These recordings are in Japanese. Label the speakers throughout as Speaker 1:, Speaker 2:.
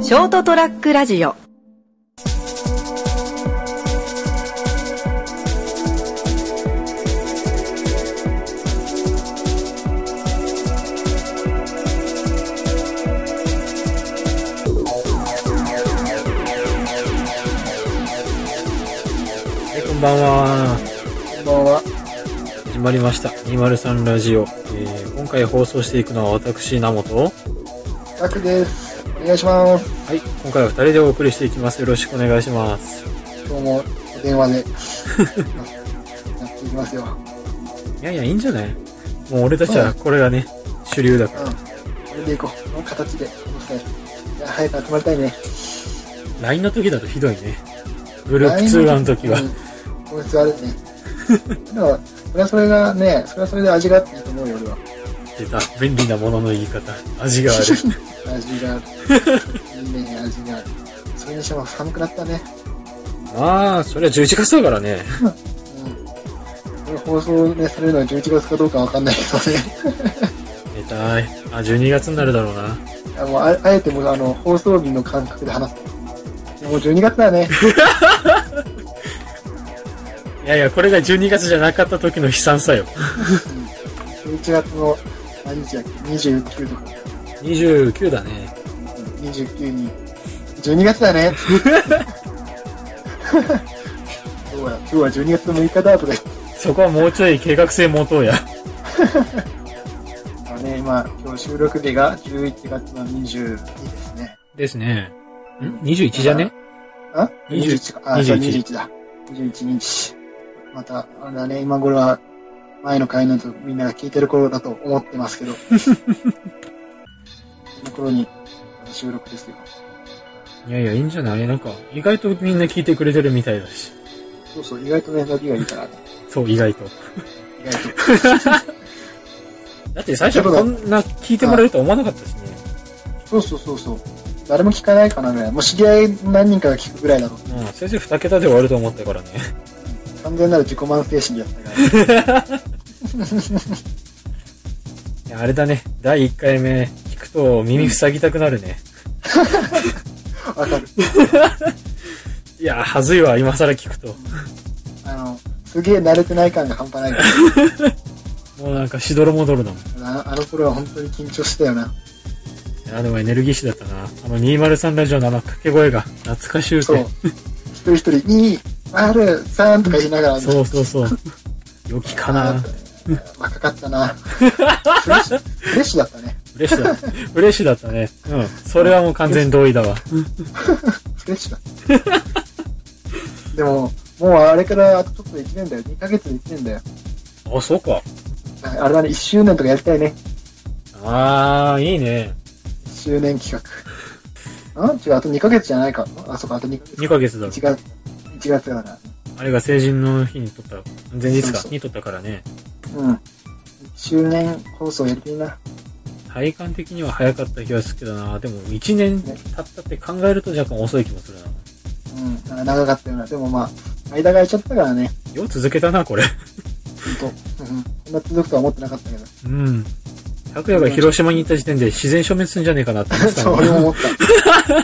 Speaker 1: ショートトラックラジオ
Speaker 2: はい、こんばんは。
Speaker 3: こんばんは。
Speaker 2: 始まりました。203ラジオ。えー、今回放送していくのは私、ナモと。は
Speaker 3: タクです。お願いします。
Speaker 2: い、今回は2人でお送りしていきます。よろしくお願いします。
Speaker 3: どうも、お電話で。 やっていきますよ。
Speaker 2: いやいや、いいんじゃないもう俺たちはこれがね、主流だか
Speaker 3: う
Speaker 2: ら。
Speaker 3: ん。これでいこう。この形で。そうですね。いや、早く集まりたいね。
Speaker 2: LINE の時だとひどいね。グループ通話の時は
Speaker 3: う。ん。こいつあるね。でも、それはそれがね、それはそれで味があっていいと思うよ、俺は。
Speaker 2: 出た。便利なものの言い方。味がある。
Speaker 3: 味がある。いいね、味がある。それにしても寒くなったね。
Speaker 2: ああ、それは11月だからね。
Speaker 3: うん。これ放送ね、されるのは11月かどうかわかんないけどね。
Speaker 2: 出たい。あ、12月になるだろうな。
Speaker 3: いやもうああえてもうあの放送日の感覚で話す。いやもう12月だね。
Speaker 2: いやいや、これが12月じゃなかった時の悲惨さよ。
Speaker 3: 11月の何日だっけ ?29 とか、
Speaker 2: 29だね。
Speaker 3: うん29に。12月だね今日は、今日は12月の6日だとか言って
Speaker 2: そこはもうちょい計画性持とうや。
Speaker 3: たからね、今、今日収録日が11月の22ですね。
Speaker 2: ですね。ん ?21 じゃね
Speaker 3: あ
Speaker 2: 20
Speaker 3: ?21 か。あ、じゃあ
Speaker 2: 21
Speaker 3: 21だ。21日。また、あれだね、今頃は、前の回のとみんなが聞いてる頃だと思ってますけ ど。その頃に、収録ですよ。
Speaker 2: いやいや、いいんじゃないなんか、意外とみんな聞いてくれてるみたいだし。
Speaker 3: そうそう、意外とね、伸びがいいからね。
Speaker 2: そう、意外と。
Speaker 3: 意外と。
Speaker 2: だって最初こんな聞いてもらえると思わなかったしね。
Speaker 3: そうそうそうそう。誰も聞かないかなぐらい。もう知り合い何人かが聞くぐらいだろう。
Speaker 2: うん、先生2桁で終わると思ったからね。
Speaker 3: 完全なる自己満精神でやったから。
Speaker 2: いや、あれだね。第1回目聞くと耳塞ぎたくなるね。
Speaker 3: わかる。
Speaker 2: いや、はずいわ、今更聞くと。
Speaker 3: あの、すげえ慣れてない感が半端ないから。
Speaker 2: もうなんかしどろもどろだもん。い
Speaker 3: あのあの頃は本当に緊張したよな。
Speaker 2: や、でもエネルギッシュだったな。あの203ラジオのあの掛け声が懐かしゅう
Speaker 3: そう
Speaker 2: て。。
Speaker 3: 一人一人、いい、ある、さんとか言いながら、
Speaker 2: そうそうそう。良きかな。
Speaker 3: 若かったな。フレッシュ、フレッシュだったね。
Speaker 2: 嬉しだ。嬉しだったね。うん。それはもう完全同意だわ。
Speaker 3: フレッシュだった。でも、もうあれからあとちょっと1年だよ。2ヶ月で1年だよ。
Speaker 2: あ、そうか。
Speaker 3: ああれだね、1周年とかやりたいね。
Speaker 2: あー、いいね。
Speaker 3: 1周年企画。あ違う、あと2ヶ月じゃないか。あ、そうか、あと2ヶ月。
Speaker 2: 2ヶ月だ。
Speaker 3: 1月、1月だから。
Speaker 2: あれが成人の日に撮った、前日
Speaker 3: そう
Speaker 2: か
Speaker 3: そ、う
Speaker 2: に撮ったからね。
Speaker 3: うん。1周年放送やりたいな。
Speaker 2: 体感的には早かった気がするけどな。でも1年経ったって考えると若干遅い気もするな。
Speaker 3: うん。なんか長かったよな。でもまあ、間が空いちゃったからね。
Speaker 2: よう続けたな、これ。
Speaker 3: 本当。うん。こんな続くとは思ってなかったけど。
Speaker 2: うん。拓也が広島に行った時点で自然消滅すんじゃねえかなって思ってた
Speaker 3: そう、
Speaker 2: の
Speaker 3: 俺も思った。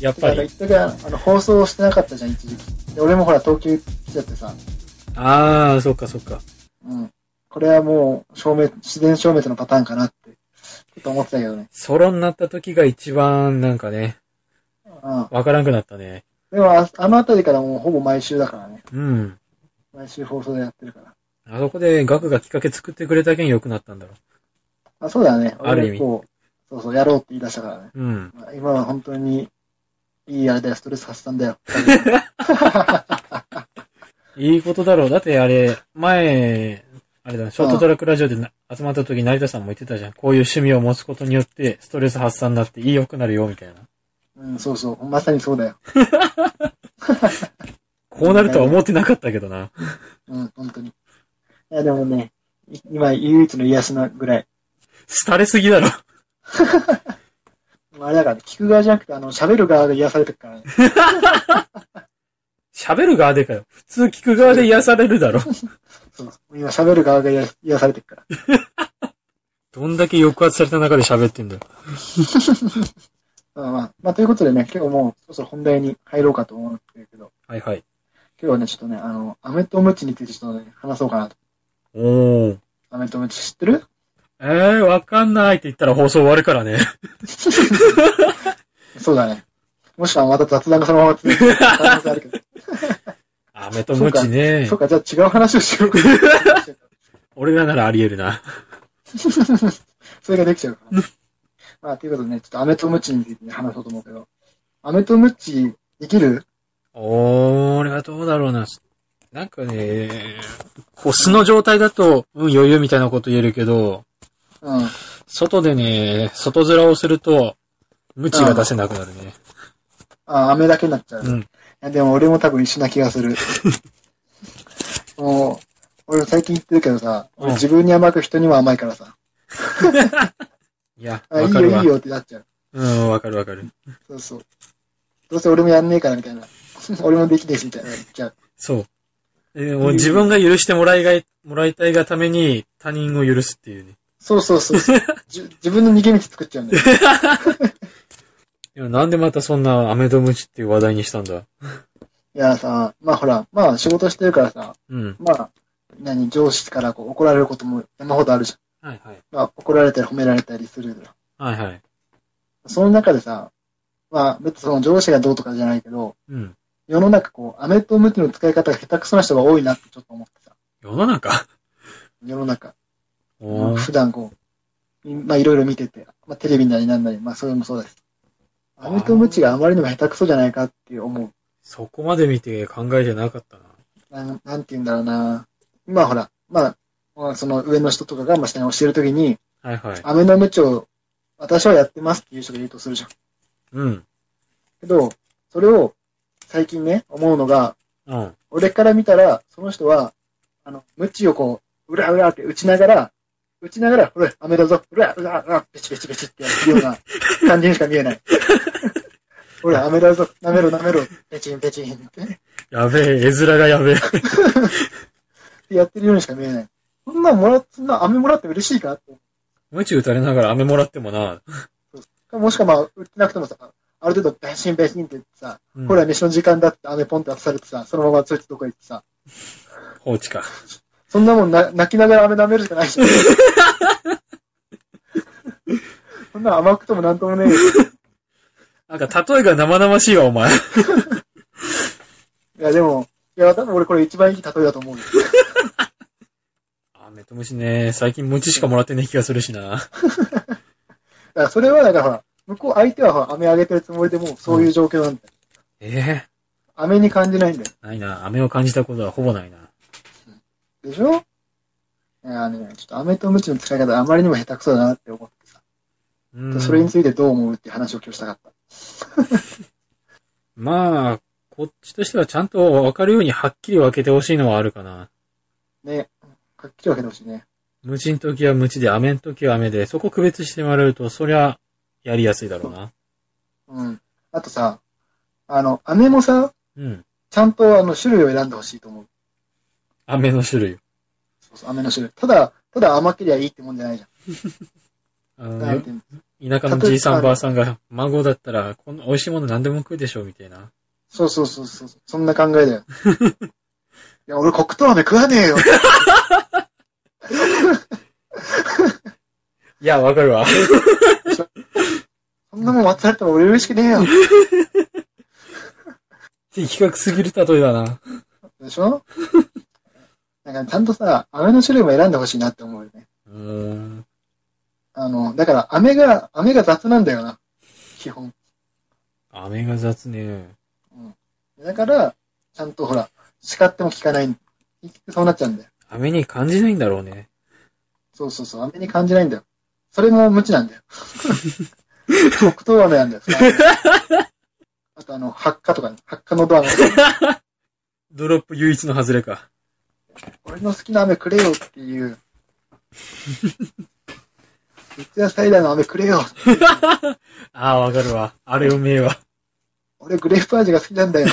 Speaker 2: やっ
Speaker 3: な
Speaker 2: ぱ
Speaker 3: んか
Speaker 2: り。
Speaker 3: 一時あの放送してなかったじゃん、一時期。で俺もほら、東京来ちゃってさ、
Speaker 2: あー、そっかそっか。
Speaker 3: うん。これはもう、消滅、自然消滅のパターンかなって、ちょっと思ってたけどね。
Speaker 2: ソロになった時が一番なんかね、
Speaker 3: うん。
Speaker 2: わからんくなったね。
Speaker 3: でも、ああのあたりからもうほぼ毎週だからね。
Speaker 2: うん。
Speaker 3: 毎週放送でやってるから。
Speaker 2: あそこでガクがきっかけ作ってくれたけん良くなったんだろ
Speaker 3: あ、そうだね。
Speaker 2: ある意味
Speaker 3: 俺もこうそうそう、やろうって言い出したからね。
Speaker 2: う。うん。
Speaker 3: まあ今は本当に、いいあれだよ、ストレス発散だよ。
Speaker 2: いいことだろう。だってあれ、前、あれだ、ショートトラックラジオでな集まった時成田さんも言ってたじゃん。こういう趣味を持つことによって、ストレス発散になっていい良くなるよ、みたいな。
Speaker 3: うん、そうそう。まさにそうだよ。
Speaker 2: こうなるとは思ってなかったけどな。
Speaker 3: うん、本当に。いや、でもね、い今、唯一の癒しのぐらい。
Speaker 2: 廃れすぎだろ。
Speaker 3: あれだから、ね、聞く側じゃなくて、あの、喋る側が癒されてるからね。
Speaker 2: 喋る側でかよ。普通聞く側で癒されるだろ。
Speaker 3: そうそう。今喋る側が癒癒されてるから。
Speaker 2: どんだけ抑圧された中で喋ってんだよ。
Speaker 3: まあまあ、まあ、ということでね、今日もうそろそろ本題に入ろうかと思ってるけど、
Speaker 2: はいはい。
Speaker 3: 今日はね、ちょっとね、あの、アメとムチについてちょっとね、話そうかなと。
Speaker 2: おー。
Speaker 3: アメとムチ知ってる
Speaker 2: えー、わかんないって言ったら放送終わるからね。
Speaker 3: そうだね。もしくはまた雑談がそのまま続く可能性 あるけど。
Speaker 2: アメとムチね
Speaker 3: そう。か、じゃあ違う話をしようか。
Speaker 2: 俺らならあり得るな。
Speaker 3: それができちゃうから。まあ、ということでね、ちょっとアメとムチについてね話そうと思うけど、アメとムチできる
Speaker 2: おー、俺はどうだろうな。なんかね、こう素の状態だと、うん、余裕みたいなこと言えるけど、
Speaker 3: うん。
Speaker 2: 外でね、外面をすると、無知が出せなくなるね。
Speaker 3: あ、飴だけになっちゃう。
Speaker 2: うん
Speaker 3: いやでも俺も多分一緒な気がす る。もう、俺最近言ってるけどさ、
Speaker 2: うん
Speaker 3: 俺自分に甘く人にも甘いからさ、
Speaker 2: いや、
Speaker 3: あ、い
Speaker 2: わ
Speaker 3: い
Speaker 2: かる
Speaker 3: よ
Speaker 2: わ
Speaker 3: いい。よってなっちゃう。
Speaker 2: うん、わかるわかる。
Speaker 3: そうそう。どうせ俺もやんねえからみたいな。 俺もできねえしみたいな言っちゃう。
Speaker 2: そう。えーもう自分が許してもらいがい、もらいたいがために他人を許すっていうね。
Speaker 3: そうそうそうそうじ自分の逃げ道作っちゃうんだよ。
Speaker 2: でもなんでまたそんなアメとムチっていう話題にしたんだ
Speaker 3: いやさ、まあほら、まあ仕事してるからさ、
Speaker 2: うん。
Speaker 3: まあ、何、上司からこう怒られることも山ほどあるじ
Speaker 2: はいはい。
Speaker 3: ゃん。まあ怒られたり褒められたりするじゃん
Speaker 2: はいはい。
Speaker 3: その中でさ、まあ、別にその上司がどうとかじゃないけど、
Speaker 2: うん。
Speaker 3: 世の中こう、アメとムチの使い方が下手くそな人が多いなってちょっと思ってさ、
Speaker 2: 世の中
Speaker 3: 世の中。
Speaker 2: おー
Speaker 3: 普段こう、いまあいろいろ見てて、まあテレビなりなんなり、まあそれもそうです。
Speaker 2: あー
Speaker 3: アメとムチがあまりにも下手くそじゃないかって思う。
Speaker 2: そこまで見て考えてなかったな。
Speaker 3: なんなんて言うんだろうな。今ほら、まあまあ、その上の人とかがまあ下に教えるときに、
Speaker 2: はいはい。
Speaker 3: アメのムチを私はやってますっていう人がいるとするじゃん。
Speaker 2: うん。
Speaker 3: けど、それを最近ね、思うのが、
Speaker 2: うん。
Speaker 3: 俺から見たら、その人は、あの、ムチをこう、うらうらって打ちながら、打ちながら、ほら、雨だぞ、うらうらうら、ペチペチペチってやるような感じにしか見えない。 ほら、雨だぞ、舐めろ舐めろ、ペチンペチンって
Speaker 2: やべえ、絵面がや べえ。
Speaker 3: やってるようにしか見えない。そんなんもら、そんな雨もらって嬉しいかって。
Speaker 2: ムチ打たれながら飴もらってもな。
Speaker 3: もしくはまあ、打ってなくてもさ、ある程度、ペチンペチンって言ってさ、
Speaker 2: うん
Speaker 3: ほら、飯の時間だって雨ポンって渡されてさ、そのままそいつどこ行ってさ、
Speaker 2: 放置か。
Speaker 3: そんなもんな泣きながら飴舐めるしか ないし。そんな甘くともなんともねえよ。
Speaker 2: なんか、例えが生々しいわ、お前。
Speaker 3: いや、でも、いや、多分俺これ一番いい例えだと思うよ。
Speaker 2: アメとムチね、最近ムチしかもらってない気がするしな。
Speaker 3: だからそれはだからほら、向こう相手はほら飴あげてるつもりでもうそういう状況なんだよ。
Speaker 2: え
Speaker 3: 飴に感じないんだよ。
Speaker 2: えないな。飴を感じたことはほぼないな。
Speaker 3: でしょいやね、ちょっと飴とムチの使い方あまりにも下手くそだなって思ってさ。
Speaker 2: うん。
Speaker 3: それについてどう思うっていう話を今日したかった。
Speaker 2: まあ、こっちとしてはちゃんと分かるようにはっきり分けてほしいのはあるかな。
Speaker 3: ね。はっきり分けてほしいね。
Speaker 2: 無知の時は無知で、雨の時は雨で、そこ区別してもらえると、そりゃ、やりやすいだろうな。
Speaker 3: うん。あとさ、あの、飴もさ、
Speaker 2: うん。
Speaker 3: ちゃんとあの種類を選んでほしいと思う。
Speaker 2: 雨の種類。
Speaker 3: そうそう、飴の種類。ただ、ただ甘けりゃいいってもんじゃないじ
Speaker 2: あ
Speaker 3: ゃん。なん
Speaker 2: の
Speaker 3: ていうの
Speaker 2: 田舎のじいさんばあさんが、孫だったら、この美味しいもの何でも食うでしょ、みたいな。
Speaker 3: そうそうそうそう。そんな考えだよ。 いや、俺黒糖飴食わねえよ。
Speaker 2: いや、わか るわ。
Speaker 3: そんなもん渡されても俺嬉しくねえよ。
Speaker 2: 的確すぎる例えだな。
Speaker 3: でしょだからちゃんとさ、飴の種類も選んでほしいなって思うよね。
Speaker 2: うーん。
Speaker 3: あの、だから飴が、飴が雑なんだよな。基本。
Speaker 2: 雨が雑ね。
Speaker 3: だから、ちゃんとほら、叱っても聞かない。結局そうなっちゃうんだよ。
Speaker 2: 雨に感じないんだろうね。
Speaker 3: そうそうそう、飴に感じないんだよ。それも無知なんだよ。黒糖飴なんだよ。 あとあの、発火とかね、発火のドアの、
Speaker 2: ドロップ唯一の外れか。
Speaker 3: 俺の好きな飴くれよっていう。三ツ矢サイダーの飴くれよ。
Speaker 2: ああ、わかるわ。あれうめえわ。
Speaker 3: 俺グレープ味が好きなんだよ。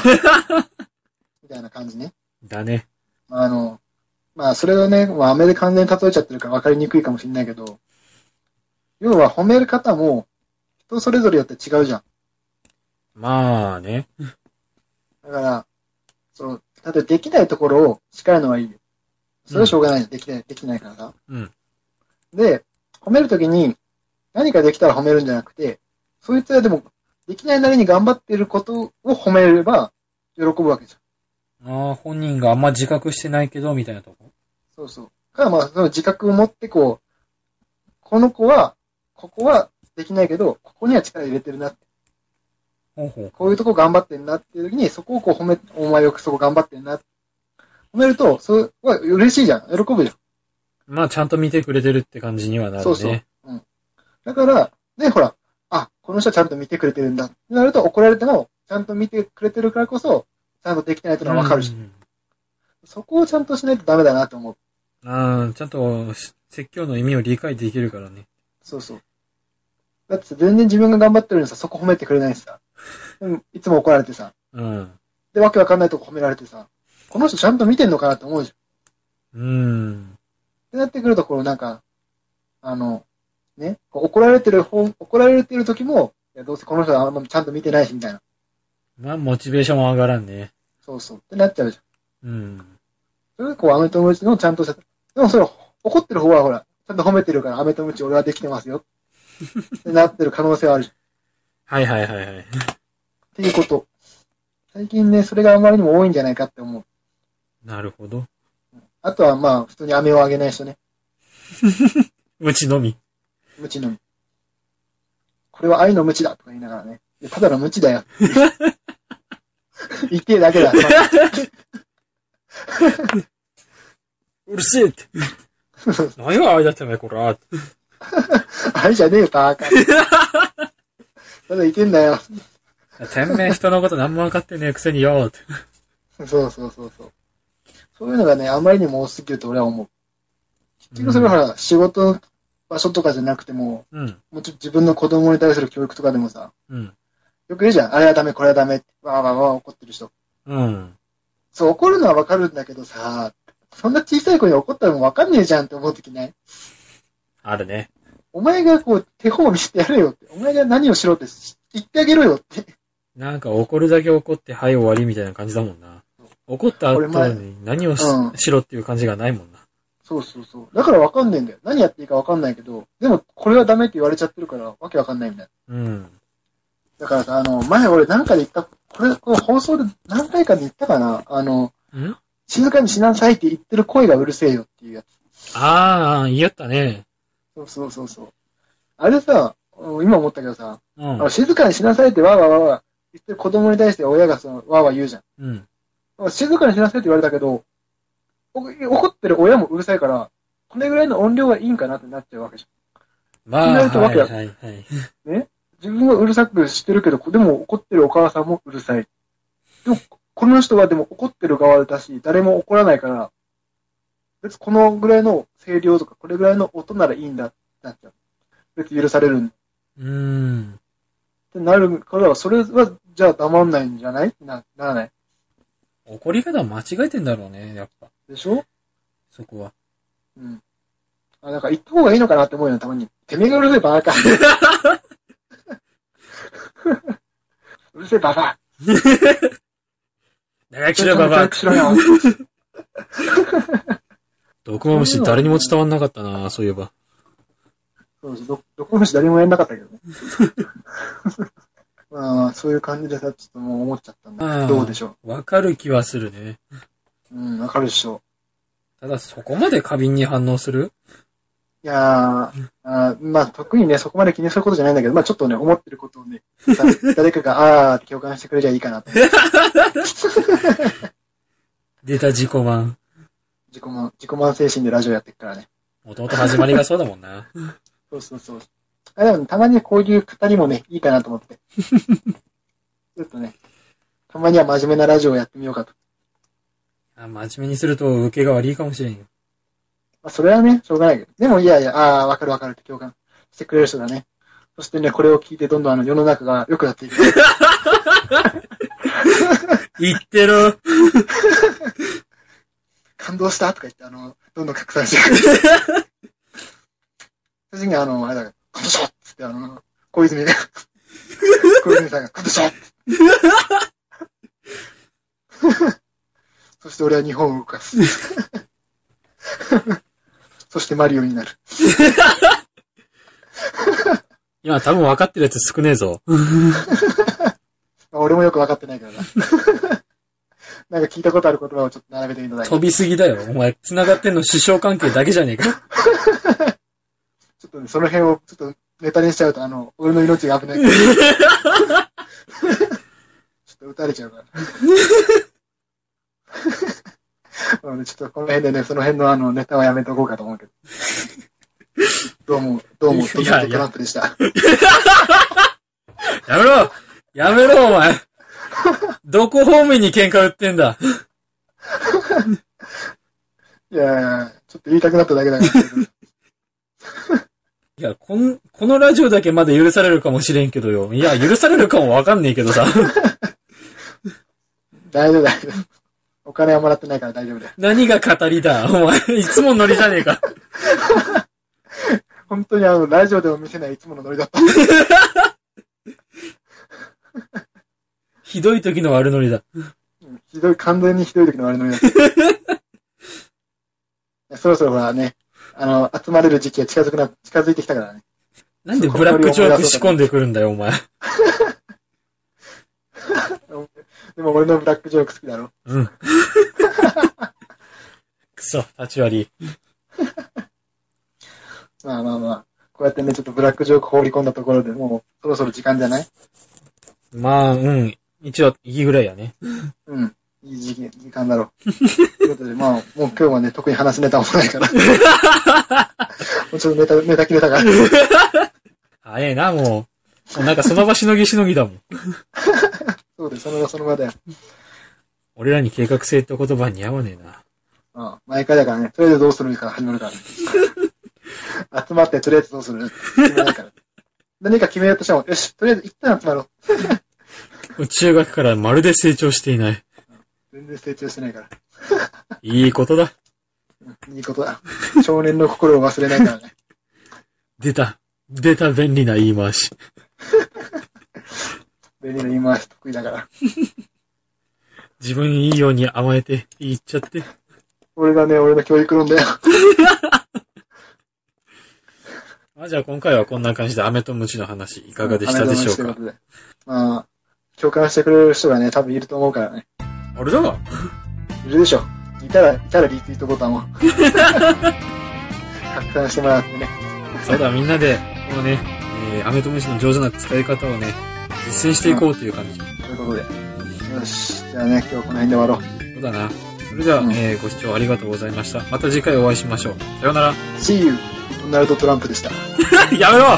Speaker 3: みたいな感じね。
Speaker 2: だね。
Speaker 3: まあ、あの、まあそれをね、まあ、飴で完全に例えちゃってるから分かりにくいかもしれないけど、要は褒める方も人それぞれよって違うじゃん。
Speaker 2: まあね。
Speaker 3: だから、その、例えばできないところを叱るのはいいよ。それはしょうがない。できない、できないからさ。
Speaker 2: うん。
Speaker 3: で、褒めるときに、何かできたら褒めるんじゃなくて、そいつはでも、できないなりに頑張ってることを褒めれば、喜ぶわけじゃん。
Speaker 2: ああ、本人があんま自覚してないけど、みたいなとこ。
Speaker 3: そうそう。から、まあ、その自覚を持って、こう、この子は、ここはできないけど、ここには力入れてるなって、
Speaker 2: ほうほう。
Speaker 3: こういうとこ頑張ってるなっていうときに、そこをこう褒め、お前よくそこ頑張ってるな。褒めると、それは嬉しいじゃん。喜ぶじゃん。
Speaker 2: まあ、ちゃんと見てくれてるって感じにはなるね。
Speaker 3: そうそうだから、ね、ほら、あ、この人はちゃんと見てくれてるんだってなると怒られても、ちゃんと見てくれてるからこそ、ちゃんとできてないというのはわかるし、
Speaker 2: うん
Speaker 3: そこをちゃんとしないとダメだなと思う。
Speaker 2: ああ、ちゃんとし説教の意味を理解できるからね。
Speaker 3: そうそう。だってさ全然自分が頑張ってるのにさ、そこ褒めてくれないしさ。でもいつも怒られてさ。
Speaker 2: うん。
Speaker 3: で、わけわかんないとこ褒められてさ。この人ちゃんと見てんのかなって思うじゃん。っ
Speaker 2: うん。
Speaker 3: てなってくると、こうなんか、あの、ね、こう怒られてる方、怒られてる時も、いやどうせこの人はあんまちゃんと見てないし、みたいな。
Speaker 2: まあ、モチベーションは上がらんね。
Speaker 3: そうそう。ってなっちゃうじゃん。
Speaker 2: うん。
Speaker 3: それでこう、アメとムチのちゃんとした。でもそれ、怒ってる方はほら、ちゃんと褒めてるから、アメとムチ俺はできてますよ。ってなってる可能性はあるじゃん。っ
Speaker 2: はいはいはい はい。
Speaker 3: ていうこと。最近ね、それがあまりにも多いんじゃないかって思う。
Speaker 2: なるほど。
Speaker 3: あとはまあ、普通にアメをあげない人ね。
Speaker 2: うちのみ。
Speaker 3: ムチのみ。これは愛のムチだとか言いながらね。いやただのムチだよ。言ってえだけだ。
Speaker 2: うるせえって。 何があれだってめこら。
Speaker 3: 愛じゃねえよ、バーカ。ただ言ってんだよ。
Speaker 2: 天命人のこと何も分かってねえくせによ。って
Speaker 3: そうそうそうそう。そういうのがね、あまりにも多すぎると俺は思う。結局それはほら、仕事の場所とかじゃなくても、
Speaker 2: うん。
Speaker 3: もうちょっと自分の子供に対する教育とかでもさ、
Speaker 2: うん。
Speaker 3: よく言うじゃん。あれはダメ、これはダメって、わーわーわー怒ってる人。
Speaker 2: うん。
Speaker 3: そう、怒るのはわかるんだけどさ、そんな小さい子に怒ったらもうわかんねえじゃんって思うときない
Speaker 2: あるね。
Speaker 3: お前がこう、手本を見せてやれよって。お前が何をしろって言ってあげろよって。
Speaker 2: なんか怒るだけ怒って、はい終わりみたいな感じだもんな。怒った後
Speaker 3: 俺前
Speaker 2: に何をし,、
Speaker 3: うん
Speaker 2: しろっていう感じがないもんな。
Speaker 3: そうそうそう。だからわかんねえんだよ。何やっていいかわかんないけど、でもこれはダメって言われちゃってるから、わけわかんないみたいな。
Speaker 2: うん。
Speaker 3: だからさ、あの、前俺なんかで言った、これ、この放送で何回かで言ったかなあの、
Speaker 2: ん
Speaker 3: 静かにしなさいって言ってる声がうるせえよっていうやつ。
Speaker 2: ああ、言いよったね。
Speaker 3: そうそうそうそう。あれさ、うん今思ったけどさ、
Speaker 2: う
Speaker 3: あ
Speaker 2: ん
Speaker 3: の。静かにしなさいってわーわーわーわー言ってる子供に対して親がそのわーわー言うじゃん。
Speaker 2: うん。
Speaker 3: 静かにしなさいって言われたけど、お怒ってる親もうるさいから、これぐらいの音量がいいんかなってなっちゃうわけじ
Speaker 2: まあ、
Speaker 3: 気になるとわ
Speaker 2: は
Speaker 3: け
Speaker 2: い
Speaker 3: や
Speaker 2: はいはい。
Speaker 3: ゃん。ね自分はうるさくしてるけど、でも怒ってるお母さんもうるさい。でも、この人はでも怒ってる側だし、誰も怒らないから、別にこのぐらいの声量とか、これぐらいの音ならいいんだってなっちゃう。別に許されるんだっ
Speaker 2: うーん。
Speaker 3: てなるから、それは、じゃあ黙んないんじゃないな、ならない。
Speaker 2: 怒り方間違えてんだろうね、やっぱ。
Speaker 3: でしょ
Speaker 2: そこは。
Speaker 3: うん。あ、なんか言った方がいいのかなって思うよね、たまに。てめえがうるせえバカ。うるせえババ
Speaker 2: 長生
Speaker 3: ア。
Speaker 2: きしろ、ババア。
Speaker 3: しろよ。
Speaker 2: 毒ま虫誰にも伝わんなかったな、そういえば。
Speaker 3: そうです。ど、どこの人誰もやんなかったけど ね。まあまあ、そういう感じでさ、ちょっともう思っちゃったん
Speaker 2: あ
Speaker 3: だ
Speaker 2: ー
Speaker 3: どうでしょ
Speaker 2: わかる気はするね。
Speaker 3: う。うん、わかるでしょ。
Speaker 2: ただ、そこまで過敏に反応する
Speaker 3: いやー、あーまあ、特にね、そこまで気にすることじゃないんだけど、まあ、ちょっとね、思ってることを ね、さ誰かが、あーって共感してくれりゃいいかなと思って。
Speaker 2: 出た自己満。
Speaker 3: 自己満、自己満精神でラジオやってるからね。
Speaker 2: もともと始まりがそうだもんな。
Speaker 3: そうそうそう。あでも、たまにこういう語りもね、いいかなと思って。 ちょっとね、たまには真面目なラジオをやってみようかと。
Speaker 2: あ真面目にすると受けが悪いかもしれんよ。
Speaker 3: まあ、それはね、しょうがないけど。でも、いやいや、ああ、わかるわかるって共感してくれる人だね。そしてね、これを聞いてどんどんあの世の中が良くなっていく。
Speaker 2: 言ってろ
Speaker 3: 感動したとか言って、あの、どんどん拡散してく る。最終的にあの、あれだから、感動したっつって、あの、小泉が黒人さんが、カットしろ そして俺は日本を動かす。そしてマリオになる。
Speaker 2: 今多分分かってるやつ少ねえぞ。
Speaker 3: まあ俺もよく分かってないからな。 なんか聞いたことある言葉をちょっと並べてみただけ。ち
Speaker 2: 飛
Speaker 3: ょ
Speaker 2: びすぎだよ。お前、繋がってんの師匠関係だけじゃねえか。
Speaker 3: っとね、その辺をちょっとネタにしちゃうと、あの、俺の命が危 ないから。ちょっと撃たれちゃうから。 なのでちょっとこの辺でね、その辺のあのネタはやめとこうかと思うけど。どうも、どうも、ト
Speaker 2: いやいや
Speaker 3: ランプでした。
Speaker 2: やめろやめろ、お前どこ方面に喧嘩売ってんだ
Speaker 3: いやいやいや、ちょっと言いたくなっただけだから。
Speaker 2: いや、こん、このラジオだけまだ許されるかもしれんけどよ。いや、許されるかもわかんねえけどさ。
Speaker 3: 大丈夫、大丈夫。お金はもらってないから大丈夫だよ。
Speaker 2: 何が語りだお前、いつもノリじゃねえか。
Speaker 3: 本当にあの、ラジオでも見せないいつものノリだった。
Speaker 2: ひどい時の悪ノリだ。
Speaker 3: うんひどい、完全にひどい時の悪ノリだった。いやそろそろほらね、あの、集まれる時期が近づくな、近づいてきたからね。
Speaker 2: なんでブラックジョーク仕込んでくるんだよ、お前。
Speaker 3: でも俺のブラックジョーク好きだろ。
Speaker 2: うん。くそ、立ち割り。
Speaker 3: まあまあまあ。こうやってね、ちょっとブラックジョーク放り込んだところでもう、そろそろ時間じゃない
Speaker 2: まあ、うん。一応、いいぐらいやね。
Speaker 3: うん。いい時期、時間だろう。ということで、まあ、もう今日はね、特に話すネタもないから。もうちょっとネタ、ネタ切れたから。
Speaker 2: 早えな、もう。もうなんかその場しのぎしのぎだもん。
Speaker 3: そうです、その場その場だよ。
Speaker 2: 俺らに計画性って言葉に合わねえな。
Speaker 3: うん。毎回だからね、とりあえずどうするから始ま るから。集まって、とりあえずどうする決めないから。何か決めようとしても、よし、とりあえず一旦集まろう。
Speaker 2: もう中学からまるで成長していない。
Speaker 3: 全然成長してないから。
Speaker 2: いいことだ。
Speaker 3: いいことだ。少年の心を忘れないから ね。
Speaker 2: 出た。出た便利な言い回し。
Speaker 3: 便利な言い回し得意だから。
Speaker 2: 自分いいように甘えて、言っちゃって。
Speaker 3: 俺がね、俺の教育論だよ。
Speaker 2: まあじゃあ今回はこんな感じで飴とムチの話いかがでしたでしょうか。
Speaker 3: ありがとございますといことでまあ、共感してくれる人がね、多分いると思うからね。
Speaker 2: あれだわ。
Speaker 3: いるでしょ。いたら、いたらリツイートボタ ンを。拡散してもらってね。
Speaker 2: そうだ、みんなで、このね、えー、アメとムシの上手な使い方をね、実践していこうという感じ。
Speaker 3: ということで。よし。じゃあね、今日はこの辺で終わろう。
Speaker 2: そうだな。それでは、
Speaker 3: うん
Speaker 2: えーご視聴ありがとうございました。また次回お会いしましょう。さようなら。
Speaker 3: See you! ドナルド・トランプでした。
Speaker 2: やめろ